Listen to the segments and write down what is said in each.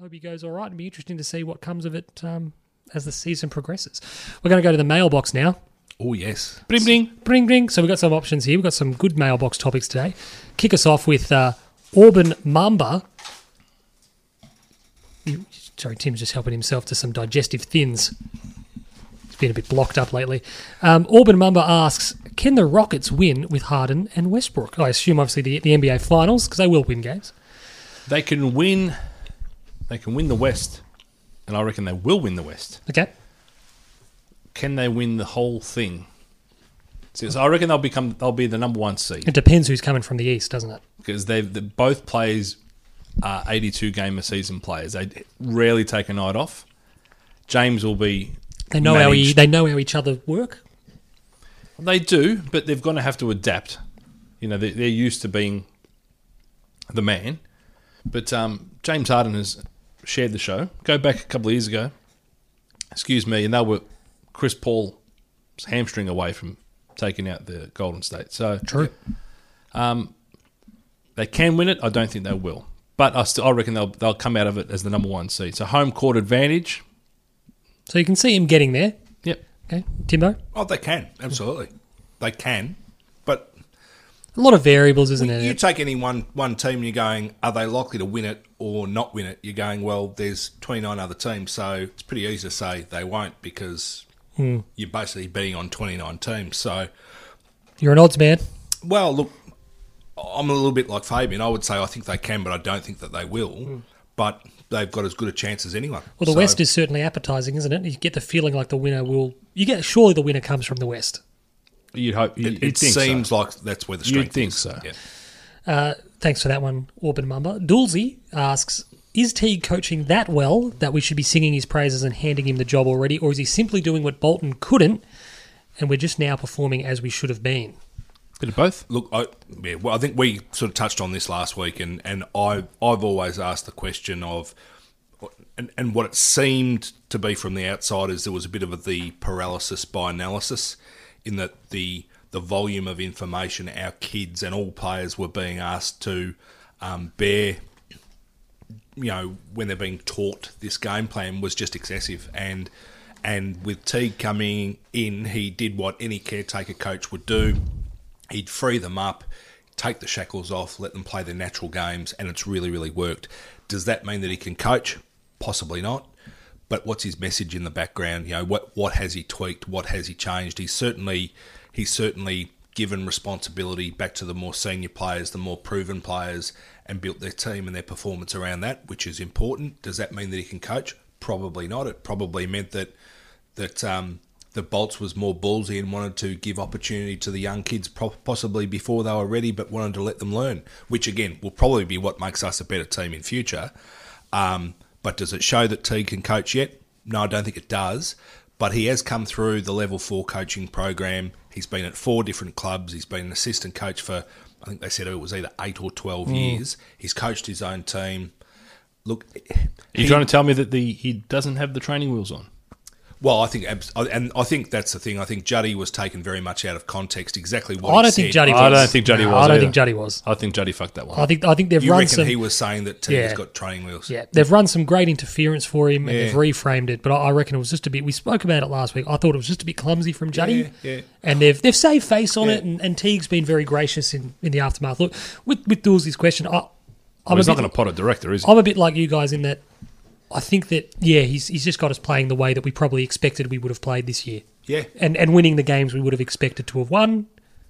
hope he goes all right. It'll be interesting to see what comes of it um, as the season progresses. We're going to go to the mailbox now. Oh, yes. Bring, bring, bring, bring. So we've got some options here. We've got some good mailbox topics today. Kick us off with uh, Auburn Mamba. You- Sorry, Tim's just helping himself to some digestive thins. He's been a bit blocked up lately. Um, Auburn Mamba asks, can the Rockets win with Harden and Westbrook? I assume, obviously, the, the NBA Finals, because they will win games. They can win. They can win the West, and I reckon they will win the West. Okay? Can they win the whole thing? See, so I reckon they'll become. They'll be the number one seed It depends who's coming from the East, doesn't it? because they the, both players are eighty-two game a season players. They rarely take a night off. James will be. They know, how, e- managed. they know how each other work. They do, but they're going to have to adapt. You know, they, they're used to being the man. But um, James Harden has shared the show. Go back a couple of years ago, excuse me, and they were Chris Paul's hamstring away from taking out the Golden State. So True. they can win it. I don't think they will, but I still I reckon they'll they'll come out of it as the number one seed. So home court advantage. So you can see him getting there. Yep. Okay, Timbo? Oh, they can absolutely. They can, but A lot of variables, isn't there? you take any one one team and you're going, are they likely to win it or not win it? You're going, well, there's 29 other teams, so it's pretty easy to say they won't because Hmm. you're basically betting on 29 teams. So, You're an odds man. well, look, I'm a little bit like Fabian. I would say I think they can, but I don't think that they will. Hmm. But they've got as good a chance as anyone. Well, the So- West is certainly appetizing, isn't it? You get the feeling like the winner will. You get surely the winner comes from the West. You'd hope. You'd, It, you'd it think so. seems like that's where the You'd strength think is. so. Yeah. Uh, thanks for that one, Auburn Mumba. Dulzy asks: Is Teague coaching that well that we should be singing his praises and handing him the job already, or is he simply doing what Bolton couldn't, and we're just now performing as we should have been? Bit of both. Look, I, yeah, well, I think we sort of touched on this last week, and, and I, I've always asked the question of, and, and what it seemed to be from the outside is there was a bit of the paralysis by analysis, in that the the volume of information our kids and all players were being asked to um, bear you know when they're being taught this game plan was just excessive and and with Teague coming in he did what any caretaker coach would do he'd free them up take the shackles off let them play their natural games and it's really really worked does that mean that he can coach possibly not but what's his message in the background you know what what has he tweaked what has he changed he's certainly he's certainly given responsibility back to the more senior players, the more proven players, and built their team and their performance around that, which is important. Does that mean that he can coach? Probably not. It probably meant that that um, the Bolts was more ballsy and wanted to give opportunity to the young kids, pro- possibly before they were ready, but wanted to let them learn, which again will probably be what makes us a better team in future. Um, but does it show that Teague can coach yet? No, I don't think it does. But he has come through the level four coaching program. He's been at four different clubs. He's been an assistant coach for, I think they said it was either eight or 12 Mm. years. He's coached his own team. Look, You're trying to tell me that the he doesn't have the training wheels on. well, I think, abs- and I think that's the thing. I think Juddy was taken very much out of context. Exactly what I he don't think said. Juddy. I was. don't think Juddy No, was I don't either. think Juddy was. I think Juddy fucked that one. I think I think they've You run reckon some. he was saying that Teague has Yeah. got training wheels? Yeah, they've run some great interference for him, and Yeah. they've reframed it. But I I reckon it was just a bit. We spoke about it last week. I thought it was just a bit clumsy from Juddy, Yeah, yeah. and they've they've saved face on Yeah. it. And, and Teague's been very gracious in, in the aftermath. Look, with with Doolsey's question, I, I'm Well, he's a not bit, going to pot a director, is he? I'm a bit like you guys in that. I think that yeah, he's he's just got us playing the way that we probably expected we would have played this year, Yeah. and and winning the games we would have expected to have won,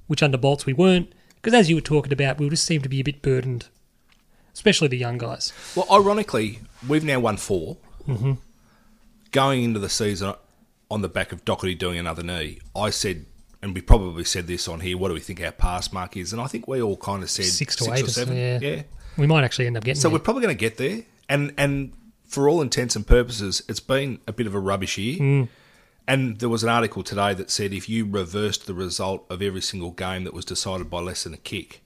which under Bolts we weren't. Because as you were talking about, we just seem to be a bit burdened, especially the young guys. Well, ironically, we've now won 4 Mm-hmm. Going into the season on the back of Doherty doing another knee, I said, and we probably said this on here, what do we think our pass mark is? And I think we all kind of said Six to eight or so, seven. yeah. yeah. We might actually end up getting So there. we're probably going to get there. And and for all intents and purposes, it's been a bit of a rubbish year. Mm. And there was an article today that said if you reversed the result of every single game that was decided by less than a kick,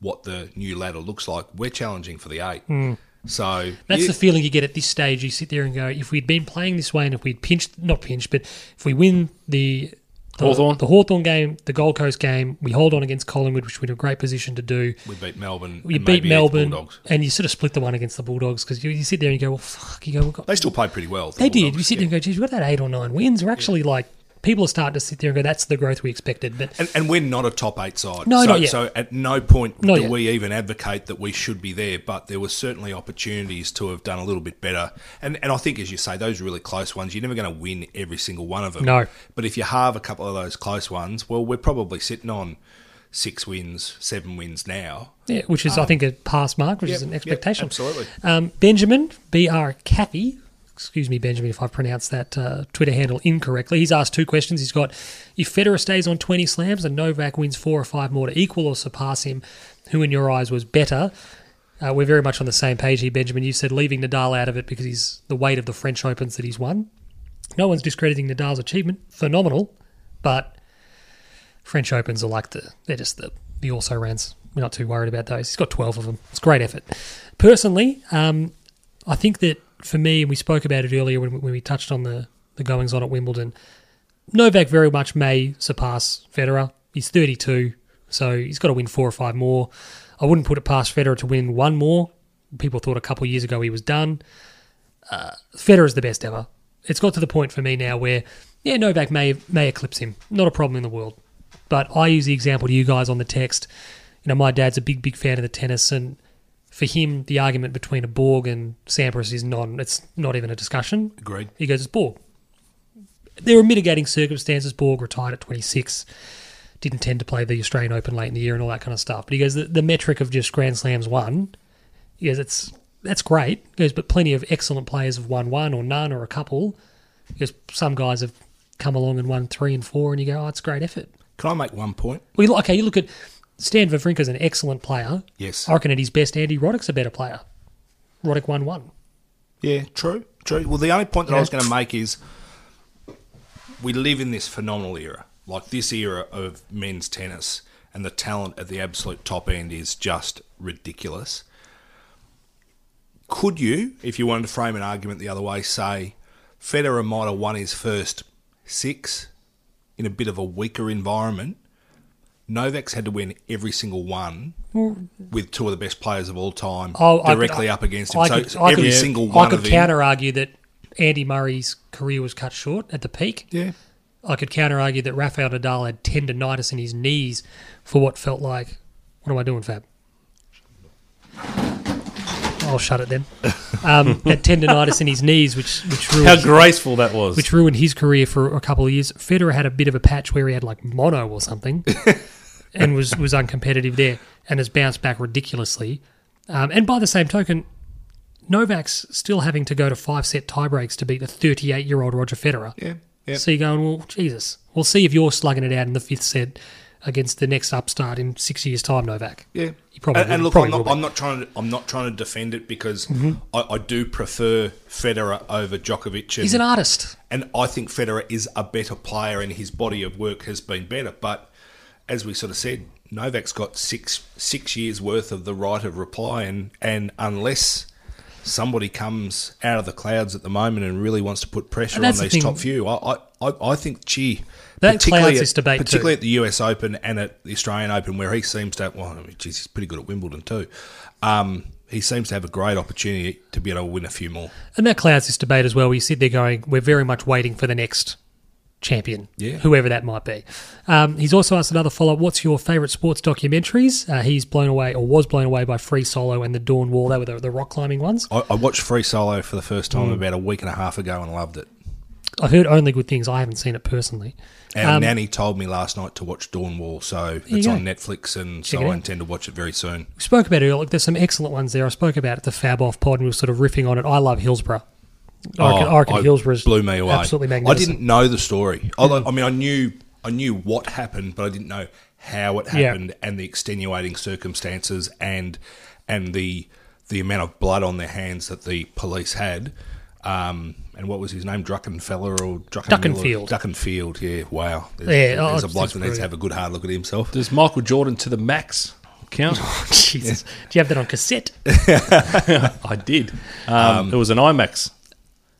what the new ladder looks like, we're challenging for the eight. So Mm. That's you- the feeling you get at this stage. You sit there and go, if we'd been playing this way and if we'd pinched, not pinched, but if we win the the Hawthorn. the Hawthorn game, the Gold Coast game. We hold on against Collingwood, which we're in a great position to do. We beat Melbourne. You and beat maybe the Melbourne, Bulldogs. and you sort of split the one against the Bulldogs because you, you sit there and you go, well, fuck. You go, we've got They still played pretty well. the They did. Bulldogs, You sit yeah. there and go, geez, we've got that eight or nine wins. We're actually like, people are starting to sit there and go, that's the growth we expected. But And, and we're not a top eight side. No, so, not yet. so at no point Not do yet. we even advocate that we should be there, but there were certainly opportunities to have done a little bit better. And and I think, as you say, those really close ones, you're never going to win every single one of them. No. But if you halve a couple of those close ones, well, we're probably sitting on six wins, seven wins now. yeah, which is, I think, a pass mark, which is Oh. Yep, an yep, expectation. absolutely. Um, Benjamin, B.R. Caffey, excuse me, Benjamin, if I've pronounced that uh, Twitter handle incorrectly, he's asked two questions. He's got, if Federer stays on 20 slams and Novak wins four or five more to equal or surpass him, who in your eyes was better? Uh, we're very much on the same page here, Benjamin. You said leaving Nadal out of it because he's the weight of the French Opens that he's won. No one's discrediting Nadal's achievement, phenomenal, but French Opens are like the they're just the the also rans. We're not too worried about those. He's got twelve of them. It's great effort. Personally, um, I think that for me, and we spoke about it earlier when, when we touched on the the goings on at Wimbledon. Novak very much may surpass Federer. He's 32, so he's got to win four or five more. I wouldn't put it past Federer to win one more. People thought a couple of years ago he was done. Federer's the best ever. It's got to the point for me now where, yeah, Novak may may eclipse him. Not a problem in the world. But I use the example to you guys on the text. You know, my dad's a big, big fan of the tennis, and for him, the argument between a Borg and Sampras is non. It's not even a discussion. Agreed. He goes, it's Borg. There were mitigating circumstances. Borg retired at 26, didn't tend to play the Australian Open late in the year and all that kind of stuff. But he goes, the, the metric of just Grand Slams won, he goes, it's, that's great. He goes, but plenty of excellent players have won one or none or a couple. He goes, some guys have come along and won three and four, and you go, oh, it's great effort. Can I make one point? Well, you look, okay, you look at Stan Wawrinka's an excellent player. Yes. I reckon at his best, Andy Roddick's a better player. Roddick won one. Yeah, true, true. Well, the only point that Yeah. I was going to make is we live in this phenomenal era, like this era of men's tennis, and the talent at the absolute top end is just ridiculous. Could you, if you wanted to frame an argument the other way, say Federer might have won his first six in a bit of a weaker environment? Novak's had to win every single one with two of the best players of all time Oh, I- directly up against him. I so could- it's I every could- single one I could of them. counter argue that Andy Murray's career was cut short at the peak. Yeah. I could counter argue that Rafael Nadal had tendonitis in his knees for what felt like. What am I doing, Fab? I'll shut it then. Um, that tendonitis in his knees, which which ruined, How graceful that was. which ruined his career for a couple of years. Federer had a bit of a patch where he had like mono or something, and was was uncompetitive there, and has bounced back ridiculously. Um, and by the same token, Novak's still having to go to five set tiebreaks to beat a 38 year old Roger Federer. Yeah. Yeah. So you're going, well, Jesus, we'll see if you're slugging it out in the fifth set against the next upstart in six years' time, Novak. Yeah. He probably and, and will- look, probably Mm-hmm. I'm, will be. not, I'm not trying to I'm not trying to defend it because I, I do prefer Federer over Djokovic. And, He's an artist. and I think Federer is a better player, and his body of work has been better. But as we sort of said, Novak's got six six years worth of the right of reply, and and unless somebody comes out of the clouds at the moment and really wants to put pressure And on that's the these thing. top few, I I, I, I think gee. That particularly clouds at, this debate too. particularly at the US Open and at the Australian Open, where he seems to have, well, I mean, geez, he's pretty good at Wimbledon too. Um, he seems to have a great opportunity to be able to win a few more. And that clouds this debate as well. We sit there going, we're very much waiting for the next champion, Yeah. whoever that might be. Um, he's also asked another follow up What's your favourite sports documentaries? Uh, he's blown away or was blown away by Free Solo and the Dawn Wall. They were the, the rock climbing ones. I, I watched Free Solo for the first Mm. time about a week and a half ago and loved it. I've heard only good things. I haven't seen it personally. And Um, Nanny told me last night to watch Dawn Wall, so it's go. on Netflix, and Check it so I out. intend to watch it very soon. We spoke about it earlier. Look, there's some excellent ones there. I spoke about it at the Fab Off pod and we were sort of riffing on it. I love Hillsborough. I reckon, I reckon Hillsborough's Oh, blew me away. absolutely I magnificent. Mm. didn't know the story. Although, I mean, I knew I knew what happened, but I didn't know how it Yeah. happened and the extenuating circumstances and and the the amount of blood on their hands that the police had. Um, and what was his name? Druckenfeller or Druckenmiller? Duckenfield. Duckenfield, yeah. Wow. There's, Yeah, there's oh, a bloke it's that needs brilliant. to have a good hard look at himself. Does Michael Jordan to the max count? Jesus. Do you have that on cassette? I did. Um, it was an IMAX,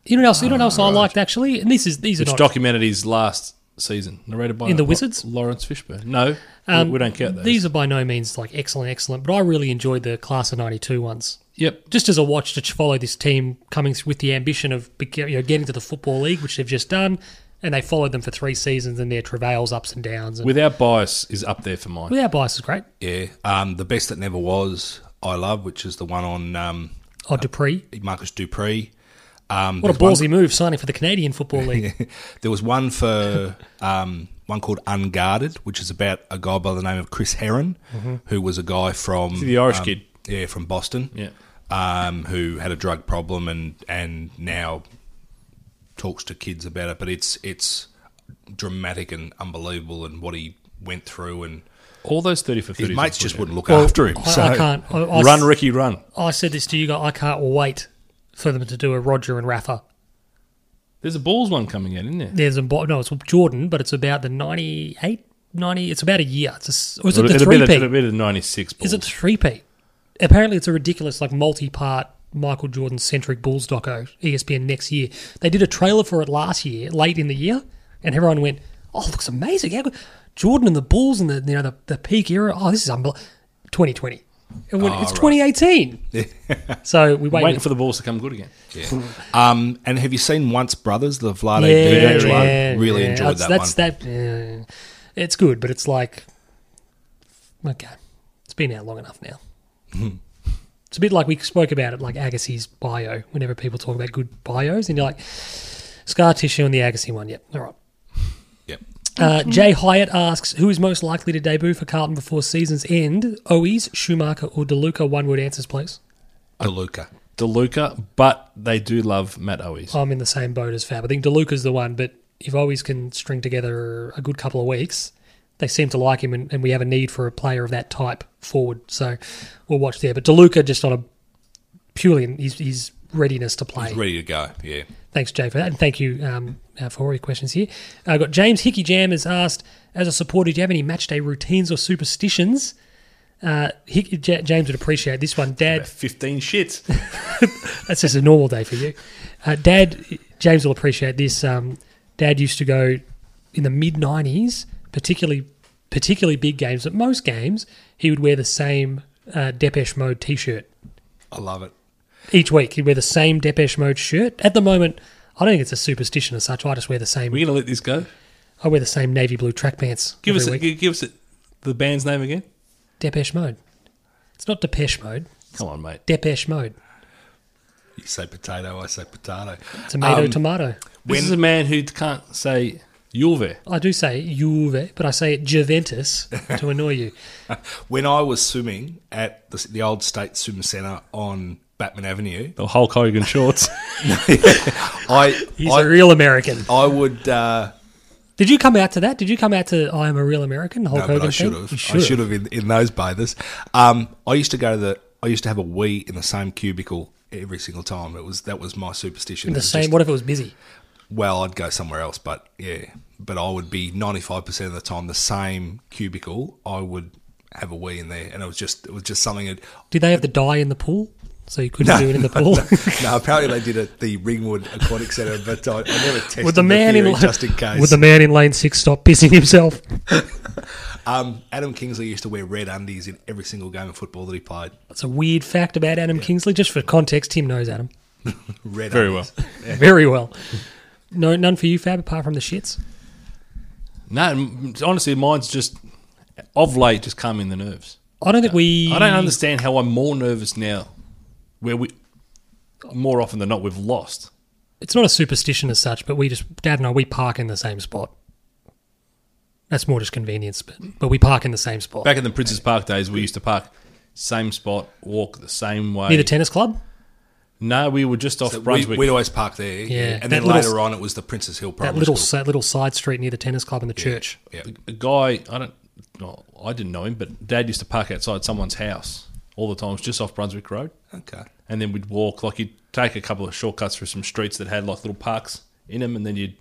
You know what else? You know what else I liked actually, and this is these are which not documented his last season, narrated by In The Lo- Wizards? Lawrence Fishburne. No, we- Um, we, don't count those. These are by no means like excellent, excellent, but I really enjoyed the class of '92 ones. yep, Just as a watch to follow this team coming th- with the ambition of bec- you know, getting to the football league, which they've just done, and they followed them for three seasons and their travails, ups and downs. And without bias is up there for mine. without bias is great. Yeah. Um, the best that never was, I love, which is the one on um, Oh, Uh, Dupree, Marcus Dupree. Um, what a there's one- ballsy move signing for the Canadian Football League. there was one for um, one called Unguarded, which is about a guy by the name of Chris Heron, who was a guy from The Irish um, kid. yeah, from Boston, Yeah. um, who had a drug problem and and now talks to kids about it. But it's it's dramatic and unbelievable, and what he went through, and All those thirty for his thirty mates just wouldn't look Well, after him. I, so I can't. I, I run, s- Ricky, run. I said this to you guys. I can't wait for them to do a Roger and Rafa. There's a balls one coming out, isn't there? There's a bo- no, it's Jordan, but it's about the 98, 90. It's about a year. It's a s or is it It'll, the it'll be three the, peat? it'll be the ninety-six. Balls. Is it three peat? Apparently, it's a ridiculous, like multi-part Michael Jordan centric Bulls doco. E ESPN next year. They did a trailer for it last year, late in the year, and everyone went, "Oh, it looks amazing! How good. Jordan and the Bulls and the you know the, the peak era. Oh, this is unbelievable." 2020. And when, it's 2018. so we wait. Waiting for the balls to come good again. Um, and have you seen Once Brothers, the Vlade Divac one? Really yeah. enjoyed That's- that That's one. that. yeah. it's good, but it's like okay, it's been out long enough now. Hmm. it's a bit like we spoke about it, like Agassi's bio. Whenever people talk about good bios, and you're like scar tissue on the Agassi one. Yep, all right. Yep. Uh, Jay Hyatt asks, who is most likely to debut for Carlton before season's end? Owies, Schumacher, or DeLuca? One word answers, please. DeLuca. DeLuca, but they do love Matt Owies. I'm in the same boat as Fab. I think DeLuca's the one, but if Owies can string together a good couple of weeks, they seem to like him, and, and we have a need for a player of that type forward. So we'll watch there. But DeLuca just on a purely in his, his readiness to play. Ready to go. Yeah. Thanks, Jay, for that, and thank you um, uh, for all your questions here. I have got James Hickey Jam has asked, as a supporter, do you have any match day routines or superstitions? Uh, Hickey, J- James would appreciate this one. Dad Fifteen shits. that's just a normal day for you. Uh, Dad, James will appreciate this. Um, Dad used to go in the mid '90s, particularly particularly big games. At most games, he would wear the same uh, Depeche Mode T-shirt I love it. each week. He'd wear the same Depeche Mode shirt. At the moment, I don't think it's a superstition as such. I just wear the same. We're gonna let this go. I wear the same navy blue track pants. Give every us it. week. gi- Give us it. The band's name again. Depeche Mode. It's not Depeche Mode. Come on, mate. Depeche Mode. You say potato, I say potato. Tomato, Um, tomato. This is a man who can't say Juve. I do say Juve, but I say it Juventus to annoy you. When I was swimming at the, the old State Swim Centre on Batman Avenue, The Hulk Hogan shorts. I He's I, a real American. I would. Uh, Did you come out to that? Did you come out to "I am a real American"? The Hulk no, Hogan but I should thing? have. You I should have in, in those bathers. Um, I used to go to the. I used to have a wee in the same cubicle every single time. It was that was my superstition. In It the was same. just- What if it was busy? well, I'd go somewhere else, but yeah. But I would be ninety five percent of the time the same cubicle. I would have a wee in there, and it was just it was just something that Did they have the dye in the pool, so you couldn't do it in the pool? no, apparently they did it at the Ringwood Aquatic Centre, but I, I never tested Would the man theory in just in case. Would the man in lane six stop pissing himself? um, Adam Kingsley used to wear red undies in every single game of football that he played. That's a weird fact about Adam Kingsley. Just for context, Tim knows Adam Red Very well. undies. very well. No, none for you, Fab, apart from the shits. No, m- honestly, mine's just of late just calming the nerves. I don't think we. I don't understand how I'm more nervous now, where we more often than not we've lost. It's not a superstition as such, but we just Dad and I we park in the same spot. That's more just convenience, but but we park in the same spot. Back in the Princess Park days, we used to park same spot, walk the same way. Near the tennis club. no, we were just off So we, Brunswick. we'd always park there, Yeah, and that then little- later on it was the Princess Hill Primary that little School. sa- little side street near the tennis club and the church. Yeah. a guy I don't no, I didn't know him, but Dad used to park outside someone's house all the time. It was just off Brunswick Road, Okay. and then we'd walk like you'd take a couple of shortcuts through some streets that had like little parks in them, and then you'd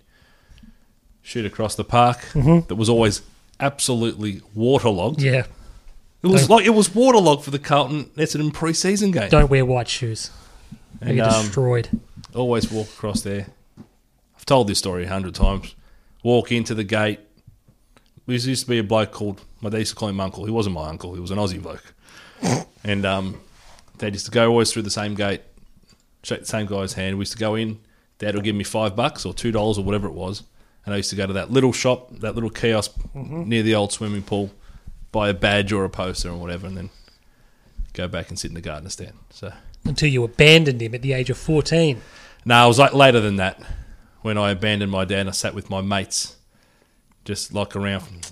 shoot across the park that was always absolutely waterlogged. Mm-hmm. Yeah. It was like it was waterlogged for the Carlton Essendon pre-season game. Don't wear white shoes. They And, get um, destroyed. always walk across there. I've told this story a hundred times. walk into the gate. There used to be a bloke called, my dad used to call him uncle. He wasn't my uncle, he was an Aussie bloke. and um, dad used to go always through the same gate, shake the same guy's hand. We used to go in, dad would give me five bucks or two dollars or whatever it was. And I used to go to that little shop, that little kiosk near the old swimming pool, buy a badge or a poster or whatever, and then go back and sit in the gardener stand. So. until you abandoned him at the age of 14. No, it was like later than that when I abandoned my dad and I sat with my mates, just like around,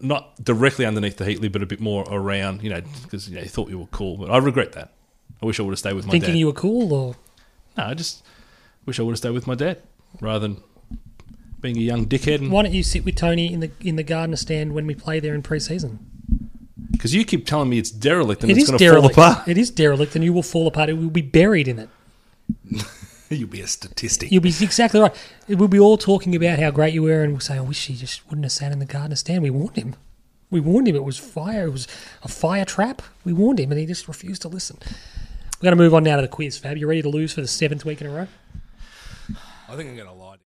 not directly underneath the Heatley, but a bit more around, you know, because you, know, you thought you were cool. But I regret that. I wish I would have stayed with my Thinking dad. you were cool or no, I just wish I would have stayed with my dad rather than being a young dickhead. And Why don't you sit with Tony in the in the gardener stand when we play there in pre-season? Because you keep telling me it's derelict and It it's is going to fall derelict. apart. It is derelict, and you will fall apart. It will be buried in it. You'll be a statistic. You'll be exactly right. It will be all talking about how great you were, and we'll say, "I wish he just wouldn't have sat in the gardener stand." We warned him. We warned him. It was fire. It was a fire trap. We warned him, and he just refused to listen. We're going to move on now to the quiz, Fab. You ready to lose for the seventh week in a row? I think I'm going to lie. to you.